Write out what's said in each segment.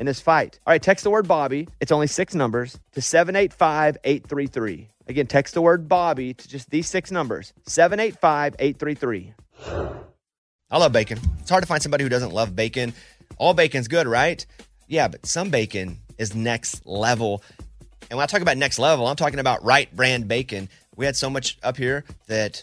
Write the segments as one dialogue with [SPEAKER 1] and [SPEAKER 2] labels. [SPEAKER 1] in this fight. All right, text the word Bobby. It's only six numbers to 785 833. Again, text the word Bobby to just these six numbers 785 833. I love bacon. It's hard to find somebody who doesn't love bacon. All bacon's good, right? Yeah, but some bacon is next level. And when I talk about next level, I'm talking about right brand bacon. We had so much up here that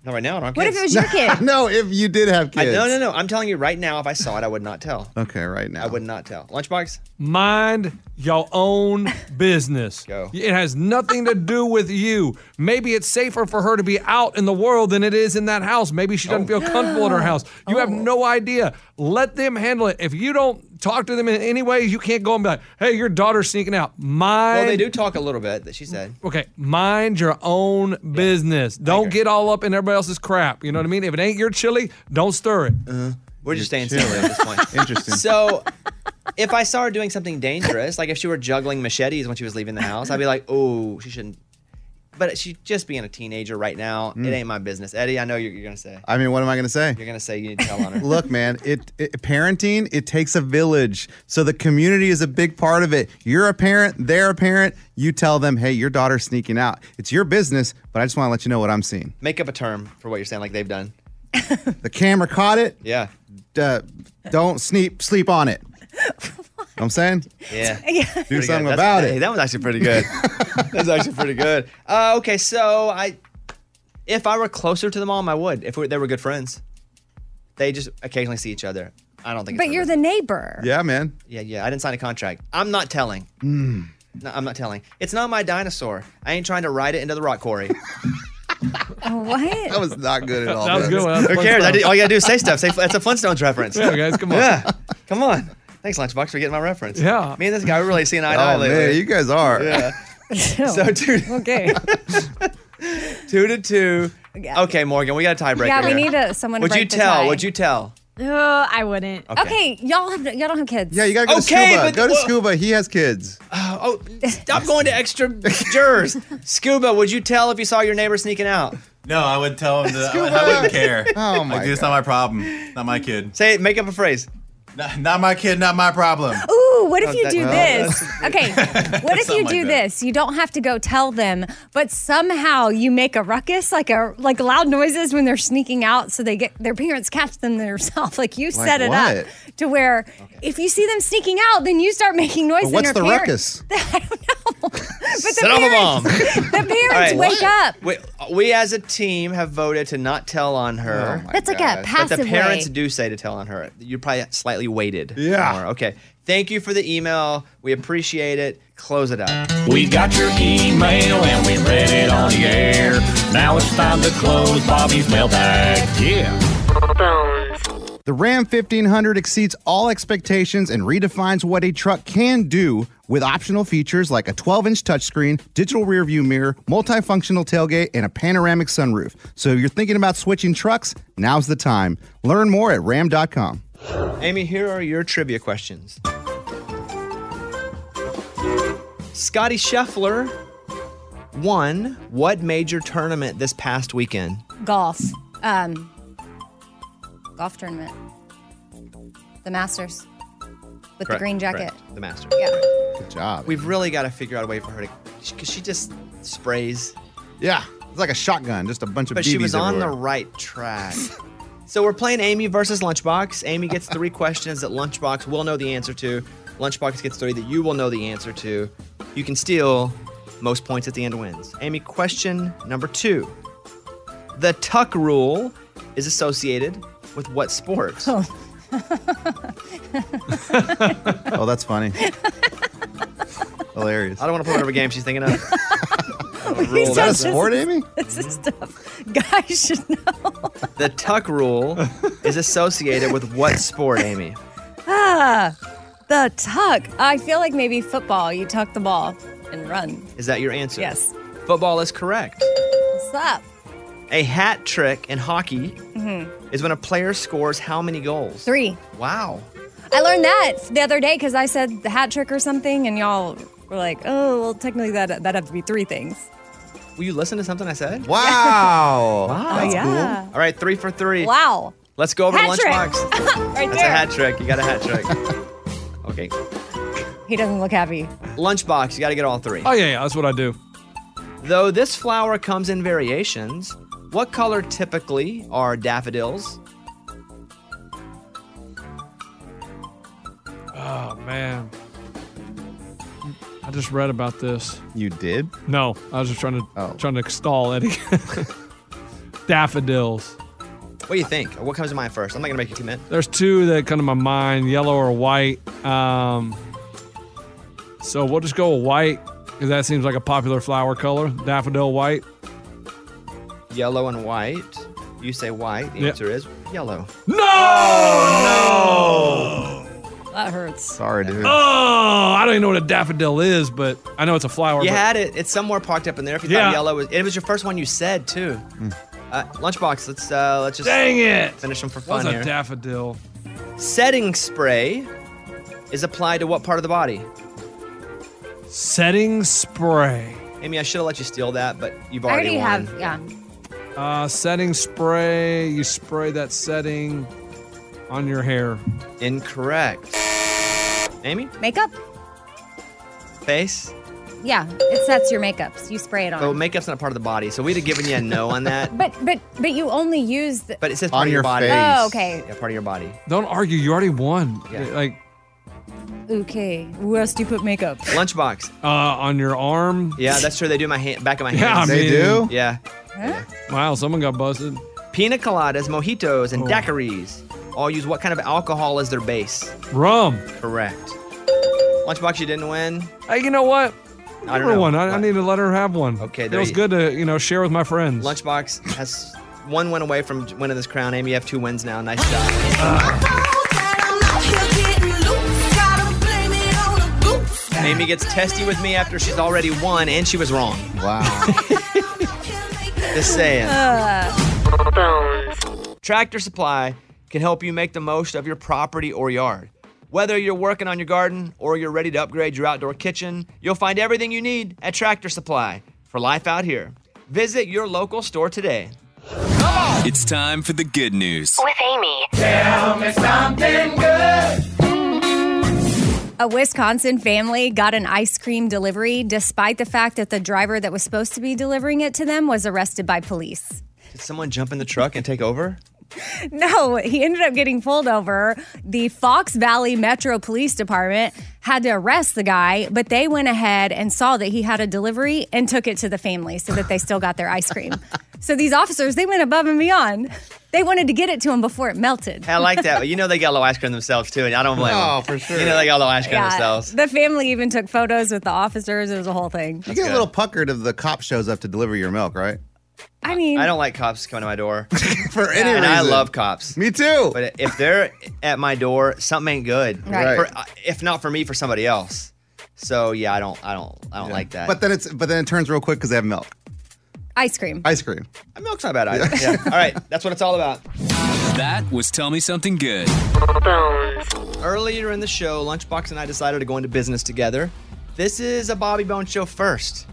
[SPEAKER 1] No, right now I don't.
[SPEAKER 2] What if it was your kid?
[SPEAKER 3] no, if you did have
[SPEAKER 1] I,
[SPEAKER 3] kids.
[SPEAKER 1] no, no, no. I'm telling you right now. If I saw it, I would not tell.
[SPEAKER 3] Okay, right now.
[SPEAKER 1] I would not tell. Lunchbox.
[SPEAKER 4] Mind your own business.
[SPEAKER 1] Go.
[SPEAKER 4] It has nothing to do with you. Maybe it's safer for her to be out in the world than it is in that house. Maybe she doesn't
[SPEAKER 1] Oh,
[SPEAKER 4] feel comfortable in her house. You have no idea. Let them handle it. If you don't talk to them in any way, you can't go and be like, hey, your daughter's sneaking out. Mind
[SPEAKER 1] Well, they do talk a little bit. That she said.
[SPEAKER 4] okay, mind your own business. Don't get all up in everybody else's crap. You know what I mean? If it ain't your chili, don't stir it.
[SPEAKER 1] We're just staying silly at this point.
[SPEAKER 3] Interesting.
[SPEAKER 1] So, if I saw her doing something dangerous, like if she were juggling machetes when she was leaving the house, I'd be like, "Oh, she shouldn't." But she's just being a teenager right now.
[SPEAKER 3] Mm.
[SPEAKER 1] It ain't my business, Eddie. I know you're, you're gonna say.
[SPEAKER 3] I mean, what am I going to say?
[SPEAKER 1] You're gonna say you need to tell on her.
[SPEAKER 3] Look, man, it, it parenting it takes a village. So the community is a big part of it. You're a parent, they're a parent. You tell them, hey, your daughter's sneaking out. It's your business, but I just want to let you know what I'm seeing.
[SPEAKER 1] Make up a term for what you're saying, like they've done.
[SPEAKER 3] The camera caught it.
[SPEAKER 1] Yeah,
[SPEAKER 3] Uh, don't sleep sleep on it. Know what I'm saying,
[SPEAKER 1] yeah.
[SPEAKER 3] do
[SPEAKER 1] Pretty good.
[SPEAKER 3] something
[SPEAKER 1] That's-
[SPEAKER 3] about
[SPEAKER 1] Hey,
[SPEAKER 3] it.
[SPEAKER 1] that was actually pretty good. That's actually pretty good. Uh, okay, so I, if I were closer to the mom, I would. If we, they were good friends, they just occasionally see each other. I don't think. it's
[SPEAKER 2] But
[SPEAKER 1] my
[SPEAKER 2] you're
[SPEAKER 1] business.
[SPEAKER 2] the neighbor.
[SPEAKER 3] yeah, man.
[SPEAKER 1] Yeah, yeah. I didn't sign a contract. I'm not telling. No, I'm not telling. It's not my dinosaur. I ain't trying to ride it into the rock quarry.
[SPEAKER 2] Oh, What?
[SPEAKER 3] That was not good at all.
[SPEAKER 4] That was a
[SPEAKER 3] man.
[SPEAKER 4] good. one. That was
[SPEAKER 1] Who
[SPEAKER 4] fun
[SPEAKER 1] cares? I
[SPEAKER 4] stuff.
[SPEAKER 1] did, all you gotta do is say stuff. Say that's a Flintstones reference.
[SPEAKER 4] Yeah, guys, come on.
[SPEAKER 1] Yeah. Come on. Thanks, Lunchbox, for getting my reference.
[SPEAKER 4] Yeah.
[SPEAKER 1] Me and this guy, we're really seeing eye to eye
[SPEAKER 3] Oh man,
[SPEAKER 1] lately.
[SPEAKER 3] you guys are.
[SPEAKER 2] Oh,
[SPEAKER 1] so two,
[SPEAKER 2] okay.
[SPEAKER 1] two to two.
[SPEAKER 2] Yeah.
[SPEAKER 1] Okay, Morgan, we got a tiebreaker.
[SPEAKER 2] Yeah, we
[SPEAKER 1] here.
[SPEAKER 2] need a, someone. to
[SPEAKER 1] Would you
[SPEAKER 2] break the
[SPEAKER 1] tell?
[SPEAKER 2] tie.
[SPEAKER 1] Would you tell?
[SPEAKER 5] No, I wouldn't.
[SPEAKER 2] Okay, y'all have y'all don't have kids.
[SPEAKER 3] Yeah, you gotta go
[SPEAKER 1] Okay,
[SPEAKER 3] to scuba.
[SPEAKER 1] but-
[SPEAKER 3] go to
[SPEAKER 1] well-
[SPEAKER 3] scuba. He has kids.
[SPEAKER 1] Oh, stop going to extra jurors. Scuba, would you tell if you saw your neighbor sneaking out?
[SPEAKER 6] No, I would tell him that I, would, I wouldn't care.
[SPEAKER 3] Oh my
[SPEAKER 6] Like, it's not my problem. Not my kid.
[SPEAKER 1] Say it. Make up a phrase.
[SPEAKER 6] Not, not my kid. Not my problem.
[SPEAKER 2] Ooh, what if you
[SPEAKER 1] that-
[SPEAKER 2] do
[SPEAKER 1] well,
[SPEAKER 2] this? Okay, what if you
[SPEAKER 6] Something
[SPEAKER 2] do
[SPEAKER 6] like that.
[SPEAKER 2] this? You don't have to go tell them, but somehow you make a ruckus, like a like loud noises when they're sneaking out, so they get their parents catch them themselves. Like you set it
[SPEAKER 3] what?
[SPEAKER 2] up to where if you see them sneaking out, then you start making noise.
[SPEAKER 3] But
[SPEAKER 2] and
[SPEAKER 3] what's
[SPEAKER 2] her
[SPEAKER 3] the
[SPEAKER 2] parent-
[SPEAKER 3] ruckus?
[SPEAKER 2] I don't know. But the
[SPEAKER 1] Set off a bomb.
[SPEAKER 2] the parents
[SPEAKER 1] All right.
[SPEAKER 2] wake up.
[SPEAKER 1] We, we as a team have voted to not tell on her.
[SPEAKER 2] That's like a
[SPEAKER 1] but
[SPEAKER 2] passive
[SPEAKER 1] the parents
[SPEAKER 2] way.
[SPEAKER 1] do say to tell on her. You're probably slightly weighted.
[SPEAKER 3] Yeah.
[SPEAKER 1] more. Okay. Thank you for the email. We appreciate it. Close it up.
[SPEAKER 6] We got your email and we read it on the air. Now it's time to close Bobby's mailbag. Yeah.
[SPEAKER 7] Bones.
[SPEAKER 3] The Ram 1500 exceeds all expectations and redefines what a truck can do with optional features like a 12 inch touchscreen, digital rearview mirror, multifunctional tailgate, and a panoramic sunroof. So if you're thinking about switching trucks, now's the time. Learn more at ram.com.
[SPEAKER 1] Amy, here are your trivia questions. Scotty Scheffler won what major tournament this past weekend?
[SPEAKER 2] golf um golf tournament the masters with the
[SPEAKER 1] Correct,
[SPEAKER 2] green jacket
[SPEAKER 1] correct.
[SPEAKER 8] the master.
[SPEAKER 2] Yeah.
[SPEAKER 8] Good job.
[SPEAKER 1] We've really got to figure out a way for her to, because she just sprays.
[SPEAKER 3] Yeah, it's like a shotgun, just a bunch of.
[SPEAKER 1] But she was
[SPEAKER 3] BBs
[SPEAKER 1] on the
[SPEAKER 3] everywhere.
[SPEAKER 1] right track. so we're playing Amy versus Lunchbox. Amy gets three questions that Lunchbox will know the answer to. Lunchbox gets three that you will know the answer to. You can steal most points at the end wins. Amy, question number two. The tuck rule is associated with what sport?
[SPEAKER 3] Oh, that's funny. Hilarious.
[SPEAKER 1] I don't want to play whatever game she's thinking of.
[SPEAKER 3] Is that a sport, Amy?
[SPEAKER 2] This is stuff guys should know.
[SPEAKER 1] The tuck rule is associated with what sport, Amy?
[SPEAKER 2] Ah, the tuck. I feel like maybe football. You tuck the ball and run.
[SPEAKER 1] Is that your answer?
[SPEAKER 2] Yes.
[SPEAKER 1] Football is correct.
[SPEAKER 2] What's up?
[SPEAKER 1] A hat trick in hockey
[SPEAKER 2] hmm
[SPEAKER 1] is when a player scores how many goals?
[SPEAKER 2] Three.
[SPEAKER 1] Wow.
[SPEAKER 2] I learned that the other day because I said the hat trick or something, and y'all were like, "Oh, well, technically that that have to be three things."
[SPEAKER 1] Will you listen to something I said?
[SPEAKER 8] Wow.
[SPEAKER 1] wow.
[SPEAKER 2] Oh, That's yeah. cool.
[SPEAKER 1] All right, three for three.
[SPEAKER 2] Wow.
[SPEAKER 1] Let's go over to
[SPEAKER 2] hat trick.
[SPEAKER 1] lunchbox.
[SPEAKER 2] right
[SPEAKER 1] That's a
[SPEAKER 2] there.
[SPEAKER 1] hat trick. You got a hat trick. okay.
[SPEAKER 2] He doesn't look happy.
[SPEAKER 1] Lunchbox, you got to get all three.
[SPEAKER 4] Oh, yeah, yeah, that's what I do.
[SPEAKER 1] Though this flower comes in variations, what color typically are daffodils?
[SPEAKER 4] Oh, man. I just read about this.
[SPEAKER 3] You did?
[SPEAKER 4] No, I was just trying to
[SPEAKER 1] Oh.
[SPEAKER 4] trying to stall Eddie. Daffodils.
[SPEAKER 1] What do you think? What comes to mind first? I'm not going to make you commit.
[SPEAKER 4] There's two that come to my mind, yellow or white. Um, so we'll just go with white because that seems like a popular flower color. Daffodil white.
[SPEAKER 1] Yellow and white. You say white. The
[SPEAKER 4] Yeah.
[SPEAKER 1] answer is yellow.
[SPEAKER 4] No!
[SPEAKER 2] That hurts.
[SPEAKER 3] Sorry, dude.
[SPEAKER 4] Oh, I don't even know what a daffodil is, but I know it's a flower.
[SPEAKER 1] You
[SPEAKER 4] but-
[SPEAKER 1] had it. It's somewhere parked up in there. If you
[SPEAKER 4] Yeah. Hmm.
[SPEAKER 1] thought yellow was, it was your first one you said too. Uh, lunchbox. Let's uh, let's just
[SPEAKER 4] Dang it!
[SPEAKER 1] Finish them for
[SPEAKER 4] What's
[SPEAKER 1] fun
[SPEAKER 4] a
[SPEAKER 1] here.
[SPEAKER 4] daffodil?
[SPEAKER 1] Setting spray is applied to what part of the body?
[SPEAKER 4] Setting spray.
[SPEAKER 1] Amy, I should have let you steal that, but you've
[SPEAKER 2] I
[SPEAKER 1] already,
[SPEAKER 2] already
[SPEAKER 1] won.
[SPEAKER 2] have. Yeah.
[SPEAKER 4] Uh, setting spray. You spray that setting on your hair.
[SPEAKER 1] Incorrect. Amy,
[SPEAKER 2] Makeup.
[SPEAKER 1] face.
[SPEAKER 2] Yeah. It sets your makeups. You spray it on.
[SPEAKER 1] So makeup's not a part of the body, so we'd have given you a no on that.
[SPEAKER 2] but but but you only use. The-
[SPEAKER 1] But it says
[SPEAKER 2] On
[SPEAKER 1] part of your
[SPEAKER 2] your
[SPEAKER 1] body.
[SPEAKER 2] face. Oh, okay.
[SPEAKER 1] Yeah, part of your body.
[SPEAKER 4] Don't argue. You already won.
[SPEAKER 1] Yeah.
[SPEAKER 4] Like
[SPEAKER 2] okay. Where else do you put makeup?
[SPEAKER 1] Lunchbox.
[SPEAKER 4] uh, on your arm.
[SPEAKER 1] Yeah, that's true. They do my hand, back of my
[SPEAKER 4] Yeah,
[SPEAKER 1] hands.
[SPEAKER 4] I They mean- do?
[SPEAKER 1] Yeah.
[SPEAKER 4] Wow, someone got busted.
[SPEAKER 1] Pina coladas, mojitos, and daiquiris all use what kind of alcohol as their base?
[SPEAKER 4] Rum.
[SPEAKER 1] Correct. Lunchbox, you didn't win.
[SPEAKER 4] Hey, you know what?
[SPEAKER 1] I don't
[SPEAKER 4] Give her
[SPEAKER 1] know.
[SPEAKER 4] one. I, I need to let her have one.
[SPEAKER 1] Okay, there
[SPEAKER 4] feels
[SPEAKER 1] you-
[SPEAKER 4] good to you know share with my friends.
[SPEAKER 1] Lunchbox has one win away from winning this crown. Amy, you have two wins now. Nice job. Amy gets testy with me after she's already won, and she was wrong.
[SPEAKER 3] Wow.
[SPEAKER 1] Just saying.
[SPEAKER 2] Uh,
[SPEAKER 1] Tractor Supply can help you make the most of your property or yard. Whether you're working on your garden or you're ready to upgrade your outdoor kitchen, you'll find everything you need at Tractor Supply for life out here. Visit your local store today.
[SPEAKER 9] It's time for the good news.
[SPEAKER 10] With Amy.
[SPEAKER 9] Tell me something good.
[SPEAKER 2] a Wisconsin family got an ice cream delivery despite the fact that the driver that was supposed to be delivering it to them was arrested by police.
[SPEAKER 1] Did someone jump in the truck and take over?
[SPEAKER 2] No, he ended up getting pulled over. The Fox Valley Metro Police Department had to arrest the guy, but they went ahead and saw that he had a delivery and took it to the family so that they still got their ice cream. so these officers, they went above and beyond. They wanted to get it to him before it melted.
[SPEAKER 1] Hey, I like that, but you know they got a little ice cream themselves too, and I don't blame
[SPEAKER 3] Oh,
[SPEAKER 1] them.
[SPEAKER 3] for sure.
[SPEAKER 1] You know they got a little ice cream themselves.
[SPEAKER 2] the family even took photos with the officers. It was a whole thing.
[SPEAKER 3] You get a little puckered if the cop shows up to deliver your milk, right?
[SPEAKER 2] I mean,
[SPEAKER 1] I don't like cops coming to my door.
[SPEAKER 3] For any
[SPEAKER 1] and
[SPEAKER 3] reason.
[SPEAKER 1] I love cops.
[SPEAKER 3] Me too.
[SPEAKER 1] But if they're at my door, something ain't good.
[SPEAKER 3] Right. Right.
[SPEAKER 1] For- uh, if not for me, for somebody else. So yeah, I don't, I don't, I don't like that.
[SPEAKER 3] But then it's but then it turns real quick because they have milk,
[SPEAKER 2] ice cream.
[SPEAKER 3] ice cream.
[SPEAKER 1] milk's not bad either. yeah. All right, that's what it's all about.
[SPEAKER 9] That was Tell Me Something Good.
[SPEAKER 1] Earlier in the show, Lunchbox and I decided to go into business together. This is a Bobby Bone show first.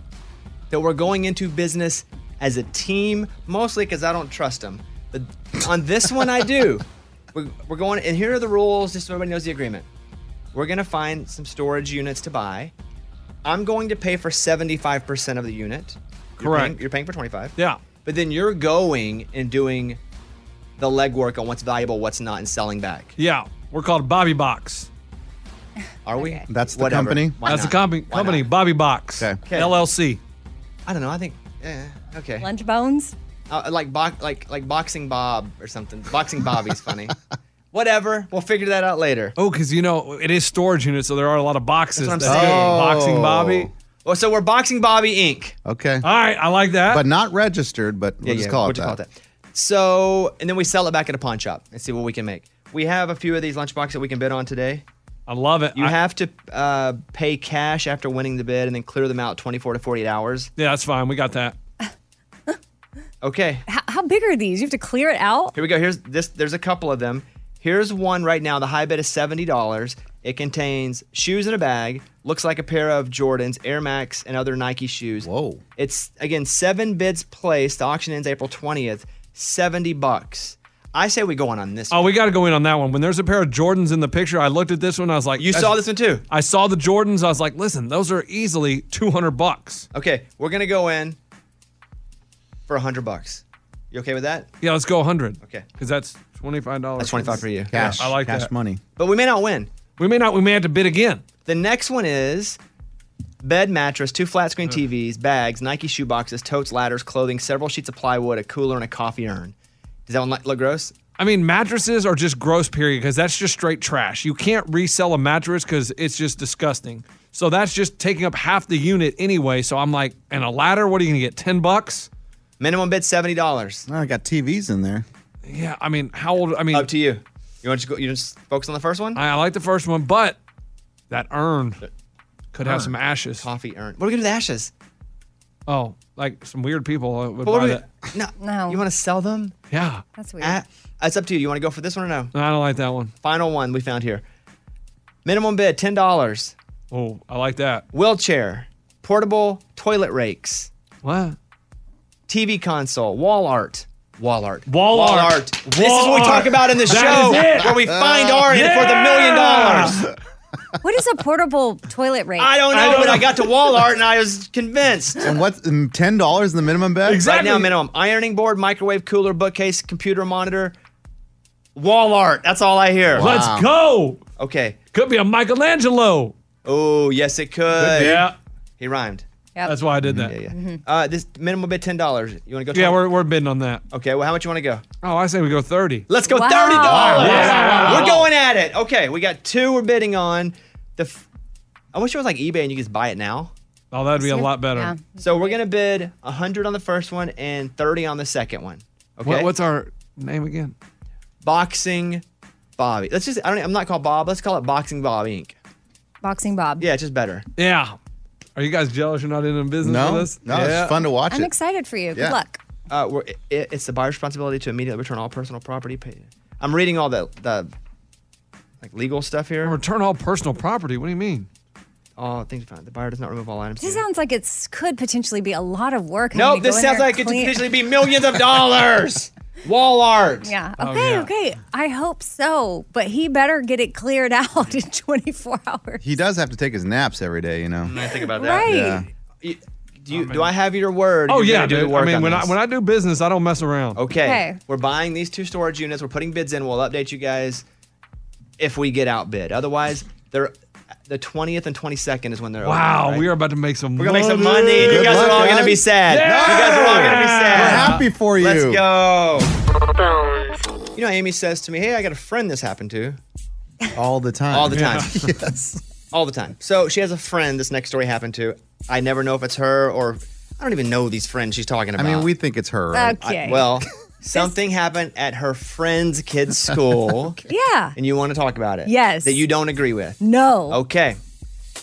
[SPEAKER 1] That we're going into business as a team, mostly because I don't trust him. But on this one, I do. We're, we're going, and here are the rules, just so everybody knows the agreement. We're going to find some storage units to buy. I'm going to pay for 75% of the unit. You're
[SPEAKER 4] Correct.
[SPEAKER 1] paying- you're paying for 25.
[SPEAKER 4] Yeah.
[SPEAKER 1] But then you're going and doing the legwork on what's valuable, what's not, and selling back.
[SPEAKER 4] Yeah, we're called Bobby Box.
[SPEAKER 1] Are we?
[SPEAKER 3] That's
[SPEAKER 1] the Whatever. company? Why
[SPEAKER 4] That's
[SPEAKER 1] not?
[SPEAKER 4] the company.
[SPEAKER 1] Why
[SPEAKER 4] Company Bobby Box
[SPEAKER 1] Okay.
[SPEAKER 4] LLC.
[SPEAKER 1] I don't know. I think. Yeah. Okay.
[SPEAKER 2] Lunch bones.
[SPEAKER 1] Uh, like bo- like like boxing Bob or something. Boxing Bobby's funny. Whatever. We'll figure that out later.
[SPEAKER 4] Oh, because you know it is storage units, so there are a lot of boxes.
[SPEAKER 1] That's what I'm
[SPEAKER 4] that say
[SPEAKER 1] saying.
[SPEAKER 4] Boxing Bobby.
[SPEAKER 1] Well, Oh, so we're Boxing Bobby Inc.
[SPEAKER 3] Okay. All
[SPEAKER 4] right, I like that.
[SPEAKER 3] But not registered, but we'll just call,
[SPEAKER 1] we'll
[SPEAKER 3] it
[SPEAKER 1] just
[SPEAKER 3] that.
[SPEAKER 1] So, and then we sell it back at a pawn shop and see what we can make. We have a few of these lunch boxes that we can bid on today.
[SPEAKER 4] I love it.
[SPEAKER 1] You
[SPEAKER 4] I-
[SPEAKER 1] have to uh, pay cash after winning the bid and then clear them out 24 to 48 hours.
[SPEAKER 4] Yeah, that's fine. We got that.
[SPEAKER 1] Okay.
[SPEAKER 2] How, how big are these? You have to clear it out.
[SPEAKER 1] Here we go. Here's this. There's a couple of them. Here's one right now. The high bid is seventy dollars. It contains shoes in a bag. Looks like a pair of Jordans, Air Max, and other Nike shoes. Whoa! It's again seven bids placed. The auction ends April twentieth. Seventy bucks. I say we go on on this.
[SPEAKER 4] Oh, we got to go in on that one. When there's a pair of Jordans in the picture, I looked at this one. I was like,
[SPEAKER 1] You saw this one too.
[SPEAKER 4] I saw the Jordans. I was like, listen, those are easily 200 bucks.
[SPEAKER 1] Okay, we're gonna go in for hundred bucks. You okay with that?
[SPEAKER 4] Yeah, let's go 100.
[SPEAKER 1] Okay.
[SPEAKER 4] Because that's $25.
[SPEAKER 1] That's 25 for you.
[SPEAKER 4] Yeah,
[SPEAKER 1] Cash.
[SPEAKER 4] I like
[SPEAKER 1] Cash
[SPEAKER 4] that.
[SPEAKER 3] money.
[SPEAKER 1] But we may not win.
[SPEAKER 4] We may not. We may have to bid again.
[SPEAKER 1] The next one is bed mattress, two flat screen TVs, bags, Nike shoe boxes, totes, ladders, clothing, several sheets of plywood, a cooler, and a coffee urn. Does that one li- look gross?
[SPEAKER 4] I mean, mattresses are just gross, period, because that's just straight trash. You can't resell a mattress because it's just disgusting. So that's just taking up half the unit anyway. So I'm like, and a ladder, what are you going to get? 10 bucks?
[SPEAKER 1] Minimum bid $70.
[SPEAKER 3] I got TVs in there.
[SPEAKER 4] Yeah, I mean, how old? I mean,
[SPEAKER 1] up to you. You want to go, you just focus on the first one?
[SPEAKER 4] I, I like the first one, but that urn could
[SPEAKER 1] Urn.
[SPEAKER 4] have some ashes.
[SPEAKER 1] Coffee urn. What are we gonna do with the ashes?
[SPEAKER 4] Oh, like some weird people uh, would
[SPEAKER 1] But what
[SPEAKER 4] buy
[SPEAKER 1] do
[SPEAKER 4] that.
[SPEAKER 1] we- no, no. You want to sell them?
[SPEAKER 4] Yeah.
[SPEAKER 2] That's
[SPEAKER 1] weird. it's up to you. You want to go for this one or no?
[SPEAKER 4] No, I don't like that one.
[SPEAKER 1] Final one we found here. Minimum bid ten dollars.
[SPEAKER 4] Oh, I like that.
[SPEAKER 1] Wheelchair, portable toilet rakes.
[SPEAKER 4] What?
[SPEAKER 1] TV console, wall art. Wall art.
[SPEAKER 4] Wall art.
[SPEAKER 1] This is what we
[SPEAKER 4] Wall
[SPEAKER 1] talk
[SPEAKER 4] art.
[SPEAKER 1] about in the
[SPEAKER 4] That
[SPEAKER 1] show
[SPEAKER 4] is it.
[SPEAKER 1] where we find
[SPEAKER 4] Uh,
[SPEAKER 1] art for the million dollars.
[SPEAKER 2] What is a portable toilet rake?
[SPEAKER 1] I don't know, but I got to wall art and I was convinced.
[SPEAKER 3] And what's mm, $10 the minimum bet?
[SPEAKER 1] Right now, minimum ironing board, microwave cooler, bookcase, computer monitor, wall art. That's all I hear.
[SPEAKER 4] Let's go.
[SPEAKER 1] Okay.
[SPEAKER 4] Could be a Michelangelo.
[SPEAKER 1] Oh, yes, it could.
[SPEAKER 4] be. Yeah.
[SPEAKER 1] He rhymed.
[SPEAKER 4] That's why I did that.
[SPEAKER 1] Yeah, Uh, this minimum bid ten dollars. You want to go?
[SPEAKER 4] Yeah,
[SPEAKER 1] 20?
[SPEAKER 4] we're, we're bidding on that.
[SPEAKER 1] Okay. Well, how much you want to go?
[SPEAKER 4] Oh, I say we go 30.
[SPEAKER 1] Let's go
[SPEAKER 4] Wow.
[SPEAKER 1] thirty dollars.
[SPEAKER 4] Yeah.
[SPEAKER 1] We're going at it. Okay, we got two. We're bidding on the. F- I wish it was like eBay and you could just buy it now.
[SPEAKER 4] Oh, that'd be a lot better.
[SPEAKER 1] Yeah. So we're gonna bid hundred on the first one and thirty on the second one. Okay.
[SPEAKER 4] What, what's our name again?
[SPEAKER 1] boxing Bobby? Let's just. I don't. I'm not called Bob. Let's call it Boxing Bob Inc.
[SPEAKER 2] Boxing Bob.
[SPEAKER 1] Yeah, it's just better.
[SPEAKER 4] Yeah. Are you guys jealous you're not in the business
[SPEAKER 1] No.
[SPEAKER 4] with us?
[SPEAKER 1] No, it's fun to watch
[SPEAKER 2] I'm excited for you. Good luck.
[SPEAKER 1] Uh, we're, i i- it's the buyer's responsibility to immediately return all personal property. Pay. I'm reading all the the like legal stuff here.
[SPEAKER 4] Return all personal property. What do you mean?
[SPEAKER 1] Oh, things found. The buyer does not remove all items.
[SPEAKER 2] This sounds like it could potentially be a lot of work.
[SPEAKER 1] No,
[SPEAKER 2] having to
[SPEAKER 1] this
[SPEAKER 2] go in
[SPEAKER 1] sounds
[SPEAKER 2] there
[SPEAKER 1] like it
[SPEAKER 2] and
[SPEAKER 1] could
[SPEAKER 2] clean-
[SPEAKER 1] potentially be millions of dollars. Wall art.
[SPEAKER 2] Yeah.
[SPEAKER 1] Oh,
[SPEAKER 2] Okay.
[SPEAKER 1] yeah.
[SPEAKER 2] Okay. I hope so, but he better get it cleared out in 24 hours.
[SPEAKER 3] He does have to take his naps every day, you know.
[SPEAKER 1] I think
[SPEAKER 2] about that. Right.
[SPEAKER 1] You- Do, you, do I have your word?
[SPEAKER 4] Oh,
[SPEAKER 1] You're
[SPEAKER 4] yeah,
[SPEAKER 1] gonna do the
[SPEAKER 4] dude. I
[SPEAKER 1] work
[SPEAKER 4] mean,
[SPEAKER 1] on
[SPEAKER 4] when I,
[SPEAKER 1] this?
[SPEAKER 4] when I do business, I don't mess around.
[SPEAKER 1] Okay.
[SPEAKER 4] Okay.
[SPEAKER 1] We're buying these two storage units. We're putting bids in. We'll update you guys if we get outbid. Otherwise, they're the 20th and 22nd is when they're
[SPEAKER 4] Wow,
[SPEAKER 1] open, right?
[SPEAKER 4] we are about to make some
[SPEAKER 1] We're
[SPEAKER 4] money.
[SPEAKER 1] gonna make some money. and you guys are all gonna be sad. You guys are all gonna be sad.
[SPEAKER 3] happy for you.
[SPEAKER 1] Let's go. You know, Amy says to me, "Hey, I got a friend this happened to
[SPEAKER 3] All the time.
[SPEAKER 1] all the time.
[SPEAKER 3] yes.
[SPEAKER 1] all the time." So she has a friend this next story happened to. I never know if it's her or I don't even know these friends she's talking
[SPEAKER 3] I
[SPEAKER 1] about.
[SPEAKER 3] mean, we think it's her,
[SPEAKER 2] Uh,
[SPEAKER 3] right?
[SPEAKER 1] I- well, something happened at her friend's kid's school,
[SPEAKER 2] Yeah.
[SPEAKER 1] and you want to talk about it.
[SPEAKER 2] Yes.
[SPEAKER 1] That you don't agree with.
[SPEAKER 2] No.
[SPEAKER 1] Okay.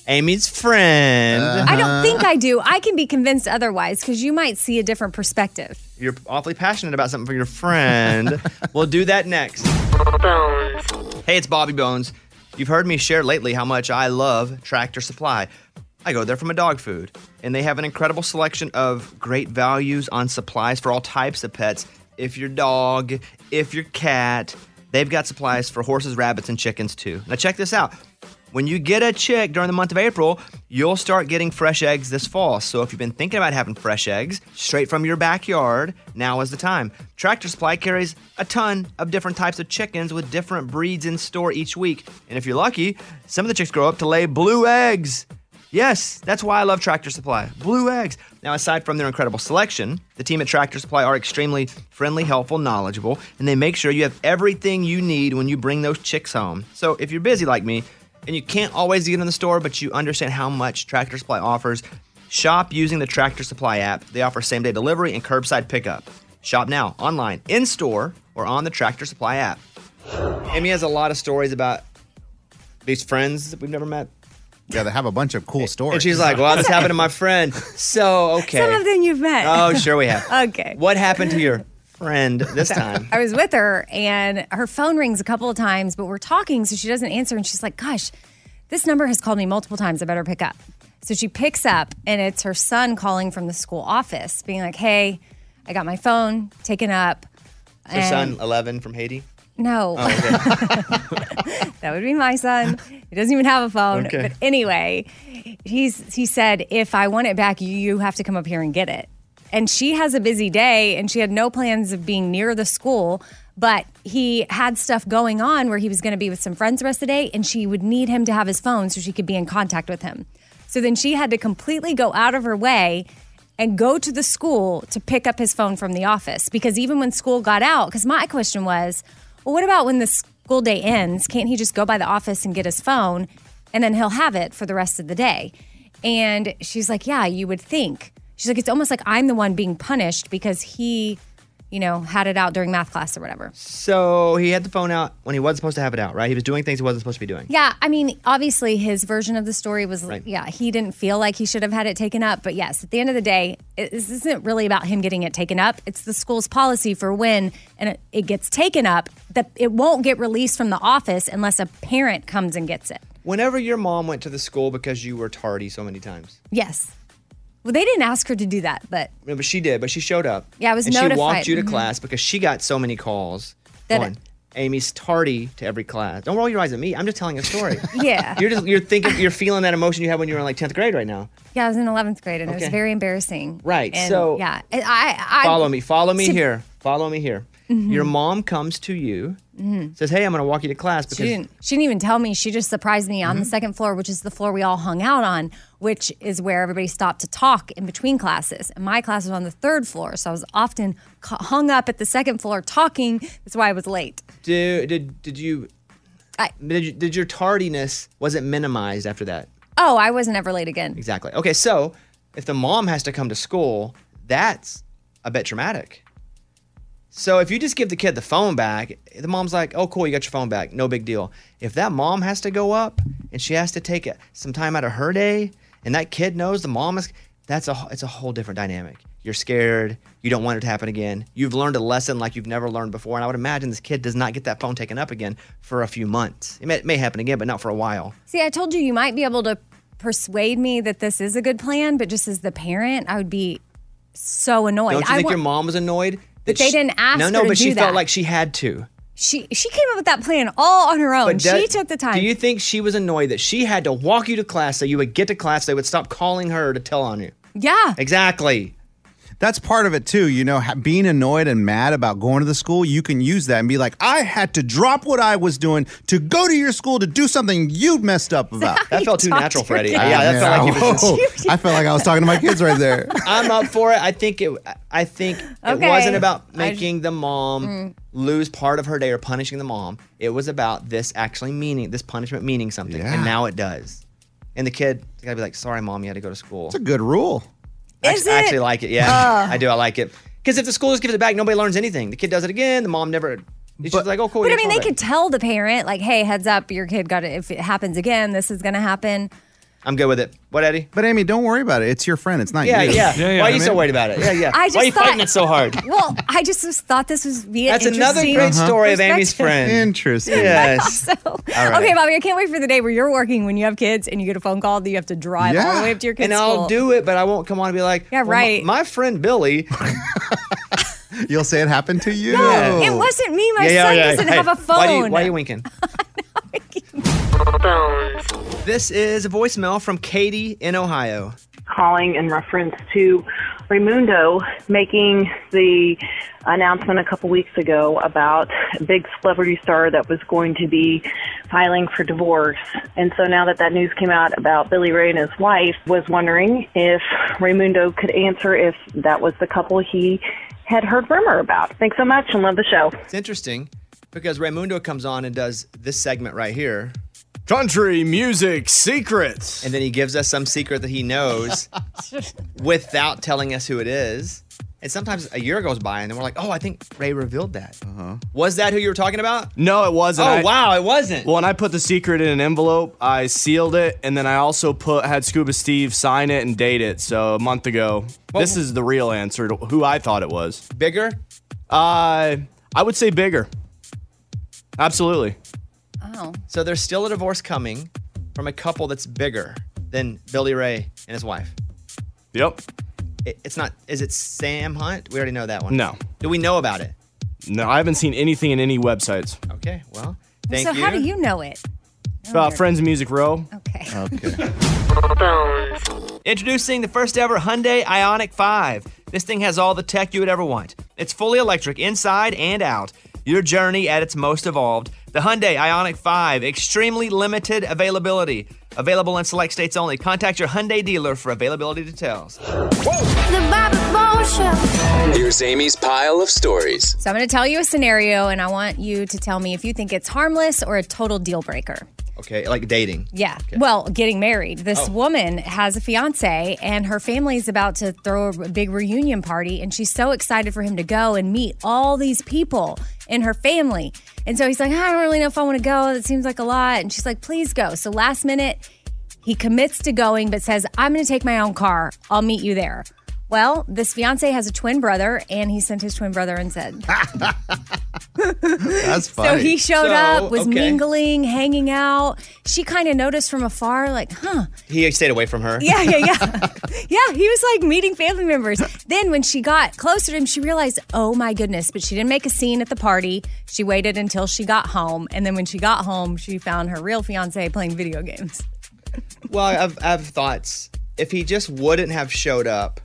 [SPEAKER 1] Amy's friend.
[SPEAKER 3] Uh-huh.
[SPEAKER 2] I
[SPEAKER 1] Uh-huh.
[SPEAKER 2] don't think I do. I can be convinced otherwise because you might see a different perspective.
[SPEAKER 1] You're awfully passionate about something for your friend. we'll do that next. Hey, it's Bobby Bones. You've heard me share lately how much I love Tractor Supply. I go there for my dog food, and they have an incredible selection of great values on supplies for all types of pets. If your dog, if your cat, they've got supplies for horses, rabbits, and chickens too. Now, check this out When you get a chick during the month of April, you'll start getting fresh eggs this fall. So if you've been thinking about having fresh eggs straight from your backyard, now is the time. Tractor Supply carries a ton of different types of chickens with different breeds in store each week. And if you're lucky, some of the chicks grow up to lay blue eggs. Yes, that's why I love Tractor Supply. Blue eggs. Now, aside from their incredible selection, the team at Tractor Supply are extremely friendly, helpful, knowledgeable, and they make sure you have everything you need when you bring those chicks home. So, if you're busy like me and you can't always get in the store, but you understand how much Tractor Supply offers, shop using the Tractor Supply app. They offer same day delivery and curbside pickup. Shop now, online, in store, or on the Tractor Supply app. Amy has a lot of stories about these friends that we've never met.
[SPEAKER 9] Yeah, they have a bunch of cool stories.
[SPEAKER 1] And she's like, "Well, this happened to my friend." So okay.
[SPEAKER 2] Some of them you've met.
[SPEAKER 1] Oh, sure we have.
[SPEAKER 2] okay.
[SPEAKER 1] What happened to your friend this time?
[SPEAKER 2] I was with her and her phone rings a couple of times, but we're talking, so she doesn't answer. And she's like, Gosh, this number has called me multiple times. I better pick up. So she picks up, and it's her son calling from the school office, being like, Hey, I got my phone taken up.
[SPEAKER 1] Her son, eleven, from Haiti.
[SPEAKER 2] No. that would be my son. He doesn't even have a phone.
[SPEAKER 1] Okay.
[SPEAKER 2] But anyway, he's he said, if I want it back, you, you have to come up here and get it. And she has a busy day and she had no plans of being near the school, but he had stuff going on where he was going to be with some friends the rest of the day and she would need him to have his phone so she could be in contact with him. So then she had to completely go out of her way and go to the school to pick up his phone from the office because even when school got out because my question was well what about when the school day ends can't he just go by the office and get his phone and then he'll have it for the rest of the day and she's like yeah you would think she's like it's almost like i'm the one being punished because he you know had it out during math class or whatever
[SPEAKER 1] So he had the phone out when he wasn't supposed to have it out, right? He was doing things he wasn't supposed to be doing.
[SPEAKER 2] yeah i mean obviously his version of the story was
[SPEAKER 1] Right.
[SPEAKER 2] yeah he didn't feel like he should have had it taken up but yes at the end of the day it, this isn't really about him getting it taken up it's the school's policy for when and it, it gets taken up that it won't get released from the office unless a parent comes and gets it
[SPEAKER 1] Whenever your mom went to the school because you were tardy so many times,
[SPEAKER 2] yes well they didn't ask her to do that but
[SPEAKER 1] no, but she did. But she showed up.
[SPEAKER 2] Yeah, I was
[SPEAKER 1] and
[SPEAKER 2] notified.
[SPEAKER 1] She walked you to
[SPEAKER 2] Mhm.
[SPEAKER 1] class because she got so many calls.
[SPEAKER 2] That-
[SPEAKER 1] One, Amy's tardy to every class. Don't roll your eyes at me. I'm just telling a story.
[SPEAKER 2] yeah
[SPEAKER 1] you're just you're thinking you're feeling that emotion you had when you were in like 10th grade right now.
[SPEAKER 2] yeah i was in 11th grade and it was
[SPEAKER 1] Okay.
[SPEAKER 2] very embarrassing
[SPEAKER 1] Right,
[SPEAKER 2] And,
[SPEAKER 1] so-
[SPEAKER 2] yeah and i i
[SPEAKER 1] follow me. Follow me
[SPEAKER 2] So-
[SPEAKER 1] here. Follow me here.
[SPEAKER 2] Mhm.
[SPEAKER 1] Your mom comes to you,
[SPEAKER 2] Mhm.
[SPEAKER 1] says, "Hey, I'm going to walk you to class because Mm-hmm.
[SPEAKER 2] She didn't, she didn't even tell me. She just surprised me on the second floor, which is the floor we all hung out on, which is where everybody stopped to talk in between classes. And my class was on the third floor. So I was often cu- hung up at the second floor talking. That's why I was late.
[SPEAKER 1] did did did you, did you did your tardiness wasn't minimized after that?
[SPEAKER 2] Oh, I wasn't ever late again.
[SPEAKER 1] Exactly. Okay, so if the mom has to come to school, that's a bit traumatic. So if you just give the kid the phone back, the mom's like, "Oh, cool, you got your phone back, no big deal." If that mom has to go up and she has to take a- some time out of her day, and that kid knows the mom is, that's a it's a whole different dynamic. You're scared. You don't want it to happen again. You've learned a lesson like you've never learned before, and I would imagine this kid does not get that phone taken up again for a few months. It may, it may happen again, but not for a while.
[SPEAKER 2] See, I told you you might be able to persuade me that this is a good plan, but just as the parent, I would be so annoyed.
[SPEAKER 1] Don't you
[SPEAKER 2] I
[SPEAKER 1] think
[SPEAKER 2] wa-
[SPEAKER 1] your mom was annoyed?
[SPEAKER 2] But they didn't ask
[SPEAKER 1] No, no,
[SPEAKER 2] her to
[SPEAKER 1] but she
[SPEAKER 2] do
[SPEAKER 1] felt
[SPEAKER 2] that.
[SPEAKER 1] like she had to.
[SPEAKER 2] she she came up with that plan all on her own.
[SPEAKER 1] But that-
[SPEAKER 2] Oh, she took the time.
[SPEAKER 1] Do you think she was annoyed that she had to walk you to class so you would get to class? They would stop calling her to tell on you.
[SPEAKER 2] yeah.
[SPEAKER 1] Exactly.
[SPEAKER 9] That's part of it too. You know, ha- being annoyed and mad about going to the school, you can use that and be like, I had to drop what I was doing to go to your school to do something you messed up about.
[SPEAKER 1] That felt too
[SPEAKER 9] talk
[SPEAKER 1] natural,
[SPEAKER 9] to
[SPEAKER 1] Freddie.
[SPEAKER 9] your
[SPEAKER 1] Yeah,
[SPEAKER 9] kids.
[SPEAKER 1] that
[SPEAKER 9] Yeah,
[SPEAKER 1] felt like you
[SPEAKER 9] I-
[SPEAKER 1] was just-
[SPEAKER 9] I felt like I was talking to my kids right there.
[SPEAKER 1] I'm up for it. I think it. I think
[SPEAKER 2] Okay.
[SPEAKER 1] it wasn't about
[SPEAKER 2] I-
[SPEAKER 1] making the mom
[SPEAKER 2] Mm.
[SPEAKER 1] lose part of her day or punishing the mom. It was about this actually meaning this punishment meaning something, and now it does. And the kid has got to be like, "Sorry, mom, you had to go to school." It's a
[SPEAKER 9] good rule.
[SPEAKER 1] Is I actually like it. Yeah,
[SPEAKER 2] Ugh.
[SPEAKER 1] I do. I like it because if the school just gives it back, nobody learns anything. The kid does it again. The mom never. It's just like, "Oh, cool."
[SPEAKER 2] But
[SPEAKER 1] you
[SPEAKER 2] I
[SPEAKER 1] got
[SPEAKER 2] mean, they
[SPEAKER 1] your phone
[SPEAKER 2] could
[SPEAKER 1] back."
[SPEAKER 2] tell the parent, like, hey, heads up, your kid got it. If it happens again, this is going to happen.
[SPEAKER 1] I'm good with it. What, Eddie?
[SPEAKER 9] But Amy, don't worry about it. It's your friend. It's not
[SPEAKER 1] Yeah,
[SPEAKER 9] you.
[SPEAKER 1] yeah. Yeah, yeah. Why are you so worried about it? Yeah, yeah.
[SPEAKER 2] I just thought,
[SPEAKER 1] so hard?
[SPEAKER 2] Well, I just was- thought this was be an
[SPEAKER 1] That's another
[SPEAKER 2] interesting
[SPEAKER 1] great story of Amy's friend.
[SPEAKER 2] perspective.
[SPEAKER 9] Interesting.
[SPEAKER 1] Yes. All right.
[SPEAKER 2] Okay, Bobby, I can't wait for the day where you're working when you have kids and you get a phone call that you have to drive all the way up to your kids'
[SPEAKER 1] And I'll do it, but I won't come on and be like,
[SPEAKER 2] Yeah,
[SPEAKER 1] "Well, my-
[SPEAKER 2] right.
[SPEAKER 1] My, friend Billy.
[SPEAKER 9] You'll say it happened to you.
[SPEAKER 2] No, it wasn't me. My
[SPEAKER 1] Yeah, yeah,
[SPEAKER 2] son
[SPEAKER 1] yeah.
[SPEAKER 2] doesn't
[SPEAKER 1] Hey,
[SPEAKER 2] have a phone.
[SPEAKER 1] Why do you, why are you winking? This is a voicemail from Katie in Ohio.
[SPEAKER 11] calling in reference to Raimundo making the announcement a couple weeks ago about a big celebrity star that was going to be filing for divorce. And so now that that news came out about Billy Ray and his wife, was wondering if Raimundo could answer if that was the couple he had heard rumor about. Thanks so much and love the show.
[SPEAKER 1] It's interesting because Raimundo comes on and does this segment right here.
[SPEAKER 9] Country music secrets.
[SPEAKER 1] And then he gives us some secret that he knows without telling us who it is. And sometimes a year goes by and then we're like, oh, I think Ray revealed that. Uh-huh. Was that who you were talking about?
[SPEAKER 9] No, it wasn't.
[SPEAKER 1] Oh,
[SPEAKER 9] I-
[SPEAKER 1] wow, it wasn't.
[SPEAKER 9] Well, and I put the secret in an envelope. I sealed it, and then I also put had Scuba Steve sign it and date it. So a month ago,
[SPEAKER 1] Well-
[SPEAKER 9] this is the real answer to who I thought it was.
[SPEAKER 1] Bigger?
[SPEAKER 9] Uh, I would say bigger. Absolutely.
[SPEAKER 2] Oh.
[SPEAKER 1] So there's still a divorce coming from a couple that's bigger than Billy Ray and his wife.
[SPEAKER 9] Yep.
[SPEAKER 1] It- it's not, is it Sam Hunt? We already know that one.
[SPEAKER 9] No.
[SPEAKER 1] Do we know about it?
[SPEAKER 9] No, I haven't seen anything in any websites.
[SPEAKER 1] Okay, well,
[SPEAKER 9] thank
[SPEAKER 2] so how
[SPEAKER 9] you.
[SPEAKER 2] do you know it? Oh,
[SPEAKER 9] Uh, Friends of Music Row.
[SPEAKER 2] Okay.
[SPEAKER 9] Okay.
[SPEAKER 1] Introducing the first ever Hyundai Ionic 5. This thing has all the tech you would ever want. It's fully electric inside and out. Your journey at its most evolved. The Hyundai Ionic 5, extremely limited availability. Available in select states only. Contact your Hyundai dealer for availability details.
[SPEAKER 5] Here's Amy's pile of stories.
[SPEAKER 2] So I'm going to tell you a scenario, and I want you to tell me if you think it's harmless or a total deal breaker.
[SPEAKER 1] Okay, like dating.
[SPEAKER 2] Yeah. Well, getting married. This
[SPEAKER 9] Oh.
[SPEAKER 2] woman has a fiance, and her family's about to throw a big reunion party, and she's so excited for him to go and meet all these people in her family. And so he's like, I don't really know if I want to go. That seems like a lot. And she's like, please go. So last minute, he commits to going, but says, I'm going to take my own car. I'll meet you there. Well, this fiance has a twin brother, and he sent his twin brother and said,
[SPEAKER 3] That's
[SPEAKER 2] So he showed
[SPEAKER 1] So,
[SPEAKER 2] up, was
[SPEAKER 1] okay.
[SPEAKER 2] mingling, hanging out. She kind of noticed from afar, like, huh.
[SPEAKER 1] He stayed away from her.
[SPEAKER 2] Yeah, yeah, yeah. yeah, he was like meeting family members. Then when she got closer to him, she realized, oh my goodness, but she didn't make a scene at the party. She waited until she got home. And then when she got home, she found her real fiance playing video games.
[SPEAKER 1] Well, I've, I have thoughts. If he just wouldn't have showed up,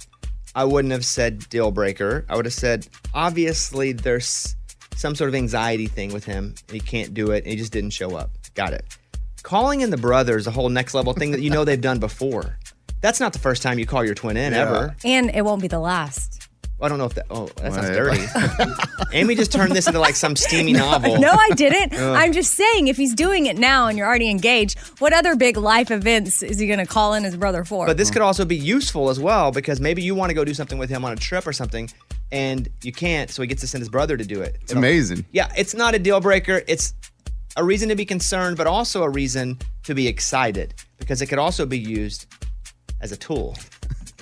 [SPEAKER 1] I wouldn't have said deal breaker. I would have said, obviously, there's some sort of anxiety thing with him. And he can't do it. And he just didn't show up. Got it. Calling in the brother is a whole next level thing that you know they've done before. That's not the first time you call your twin in ever.
[SPEAKER 2] And it won't be the last.
[SPEAKER 1] I don't know if that, oh, that sounds
[SPEAKER 2] Wait.
[SPEAKER 1] dirty. Amy just turned this into like some steamy novel.
[SPEAKER 2] No, I didn't.
[SPEAKER 1] Ugh.
[SPEAKER 2] I'm just saying, if he's doing it now and you're already engaged, what other big life events is he going to call in his brother for?
[SPEAKER 1] But this
[SPEAKER 3] Uh-huh.
[SPEAKER 1] could also be useful as well because maybe you want to go do something with him on a trip or something, and you can't, so he gets to send his brother to do it.
[SPEAKER 3] It's amazing.
[SPEAKER 1] Yeah, it's not a deal breaker. It's a reason to be concerned, but also a reason to be excited because it could also be used as a tool.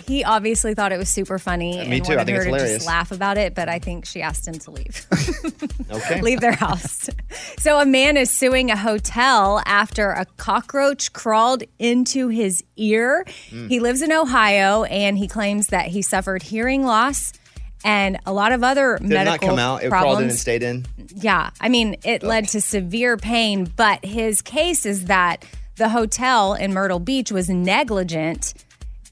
[SPEAKER 2] He obviously thought it was super funny
[SPEAKER 1] Yeah,
[SPEAKER 2] and
[SPEAKER 1] me too. I
[SPEAKER 2] wanted
[SPEAKER 1] think
[SPEAKER 2] her
[SPEAKER 1] it's
[SPEAKER 2] to
[SPEAKER 1] hilarious.
[SPEAKER 2] just laugh about it, but I think she asked him to leave.
[SPEAKER 1] Okay.
[SPEAKER 2] leave their house. so a man is suing a hotel after a cockroach crawled into his ear.
[SPEAKER 10] Mm.
[SPEAKER 2] He lives in Ohio and he claims that he suffered hearing loss and a lot of other
[SPEAKER 1] Did it not
[SPEAKER 2] medical
[SPEAKER 1] come out? It
[SPEAKER 2] problems.
[SPEAKER 1] crawled in and stayed in.
[SPEAKER 2] Yeah. I mean, it led to severe pain, but his case is that the hotel in Myrtle Beach was negligent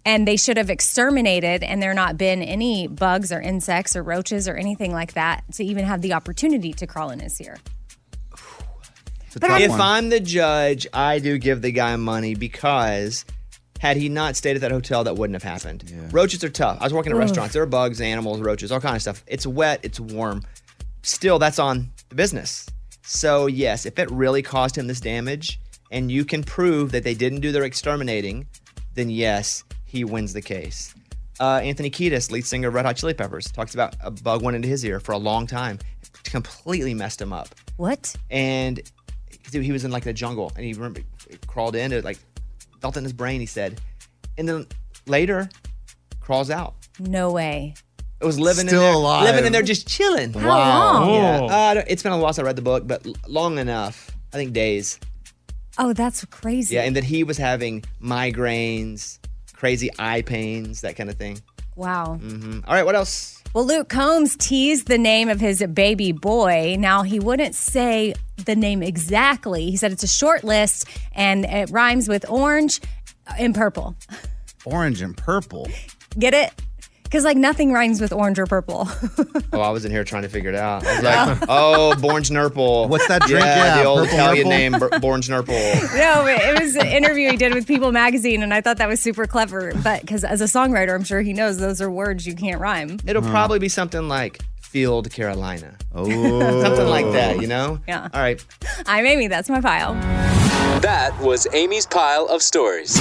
[SPEAKER 2] and they should have exterminated and there not been any bugs or insects or roaches or anything like that to even have the opportunity to crawl in his ear. But tough I-
[SPEAKER 1] if
[SPEAKER 2] one.
[SPEAKER 1] I'm the judge, I do give the guy money because had he not stayed at that hotel, that wouldn't have happened. Roaches are tough. I was working at
[SPEAKER 12] Ugh.
[SPEAKER 1] restaurants. There are bugs, animals, roaches, all kind of stuff. It's wet, it's warm. Still, that's on the business. So yes, if it really caused him this damage, and you can prove that they didn't do their exterminating, then yes, he wins the case. Uh, Anthony Kiedis, lead singer of Red Hot Chili Peppers, talks about a bug went into his ear for a long time, completely messed him up
[SPEAKER 2] What?
[SPEAKER 1] and dude, he was in like the jungle, and he remember it crawled in, it like felt in his brain. He said, and then later crawls out.
[SPEAKER 2] No way.
[SPEAKER 1] It was living
[SPEAKER 2] Still
[SPEAKER 1] in there,
[SPEAKER 2] alive.
[SPEAKER 1] living in there, just chilling.
[SPEAKER 2] How Wow. long?
[SPEAKER 1] Yeah.
[SPEAKER 2] Whoa.
[SPEAKER 1] Uh, I don't- it's been a while since I read the book, but l- long enough. I think days.
[SPEAKER 2] Oh, that's crazy.
[SPEAKER 1] Yeah, and that he was having migraines, crazy eye pains, that kind of thing.
[SPEAKER 2] wow.
[SPEAKER 1] hmm All right, what else?
[SPEAKER 2] Well, Luke Combs teased the name of his baby boy. Now, he wouldn't say the name exactly. He said it's a short list and it rhymes with orange and purple.
[SPEAKER 3] Orange and purple.
[SPEAKER 2] Get it? Because, like, nothing rhymes with orange or purple.
[SPEAKER 1] Oh, I was in here trying to figure it out. I was like, oh, Born's Nurple. What's that
[SPEAKER 3] drink?
[SPEAKER 1] Yeah,
[SPEAKER 3] Yeah,
[SPEAKER 1] the old
[SPEAKER 3] Purple
[SPEAKER 1] Italian
[SPEAKER 3] Nurple.
[SPEAKER 1] name, Bor- Born's Nurple.
[SPEAKER 2] no, but it was an interview he did with People Magazine, and I thought that was super clever. But because as a songwriter, I'm sure he knows those are words you can't rhyme.
[SPEAKER 1] It'll probably be something like Field, Carolina. Oh. something like that, you know?
[SPEAKER 2] Yeah.
[SPEAKER 1] All right.
[SPEAKER 2] I'm Amy. That's my pile.
[SPEAKER 5] That was Amy's pile of stories.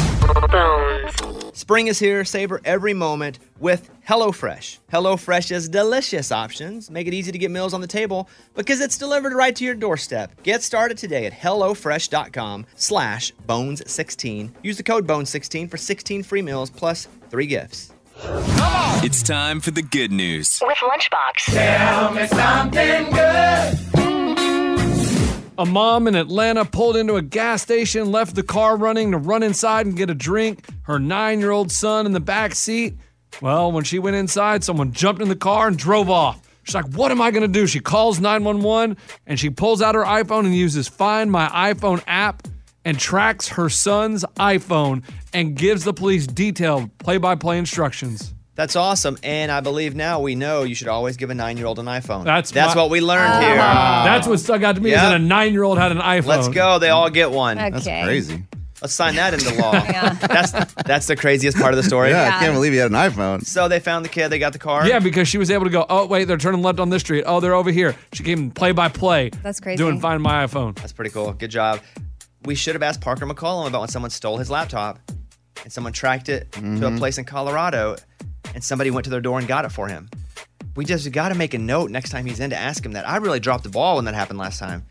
[SPEAKER 1] Spring is here. Savor every moment with HelloFresh. HelloFresh's delicious options make it easy to get meals on the table because it's delivered right to your doorstep. Get started today at HelloFresh.com slash Bones16. Use the code Bones16 for 16 free meals plus three gifts.
[SPEAKER 5] It's time for the good news.
[SPEAKER 7] With Lunchbox.
[SPEAKER 13] Tell me something good.
[SPEAKER 4] A mom in Atlanta pulled into a gas station, left the car running to run inside and get a drink. Her nine year old son in the back seat. Well, when she went inside, someone jumped in the car and drove off. She's like, What am I going to do? She calls 911 and she pulls out her iPhone and uses Find My iPhone app and tracks her son's iPhone and gives the police detailed play by play instructions.
[SPEAKER 1] That's awesome. And I believe now we know you should always give a nine year old an iPhone.
[SPEAKER 4] That's
[SPEAKER 1] That's
[SPEAKER 4] my-
[SPEAKER 1] what we learned here.
[SPEAKER 2] Uh-huh.
[SPEAKER 4] That's what stuck out to me is that
[SPEAKER 1] Yeah.
[SPEAKER 4] a nine year old had an iPhone.
[SPEAKER 1] Let's go. They all get one.
[SPEAKER 2] That's Okay. crazy.
[SPEAKER 1] Let's sign that into law. That's that's the craziest part of the story.
[SPEAKER 4] Yeah, I Yeah. can't believe
[SPEAKER 1] he had an iPhone. So they found the kid. They got the car.
[SPEAKER 4] Yeah, because she was able to go, oh, wait, they're turning left on this street. Oh, they're over here. She came play by play.
[SPEAKER 2] That's crazy.
[SPEAKER 4] Doing Find My iPhone.
[SPEAKER 1] That's pretty cool. Good job. We should have asked Parker McCollum about when someone stole his laptop and someone tracked it to a
[SPEAKER 4] Mm-hmm.
[SPEAKER 14] Mhm.
[SPEAKER 1] place in Colorado and somebody went to their door and got it for him. We just got to make a note next time he's in to ask him that. I really dropped the ball when that happened last time.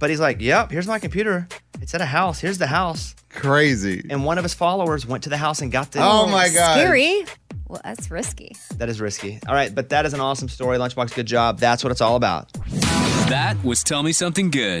[SPEAKER 1] But he's like, yep, here's my computer. It's at a house. Here's the house.
[SPEAKER 3] Crazy.
[SPEAKER 1] And one of his followers went to the house and got the.
[SPEAKER 4] Oh
[SPEAKER 2] Scary. Well, that's risky.
[SPEAKER 1] That is risky. All right, but that is an awesome story. Lunchbox, good job. That's what it's all about.
[SPEAKER 5] That was Tell Me Something Good.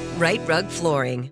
[SPEAKER 10] Right Rug Flooring.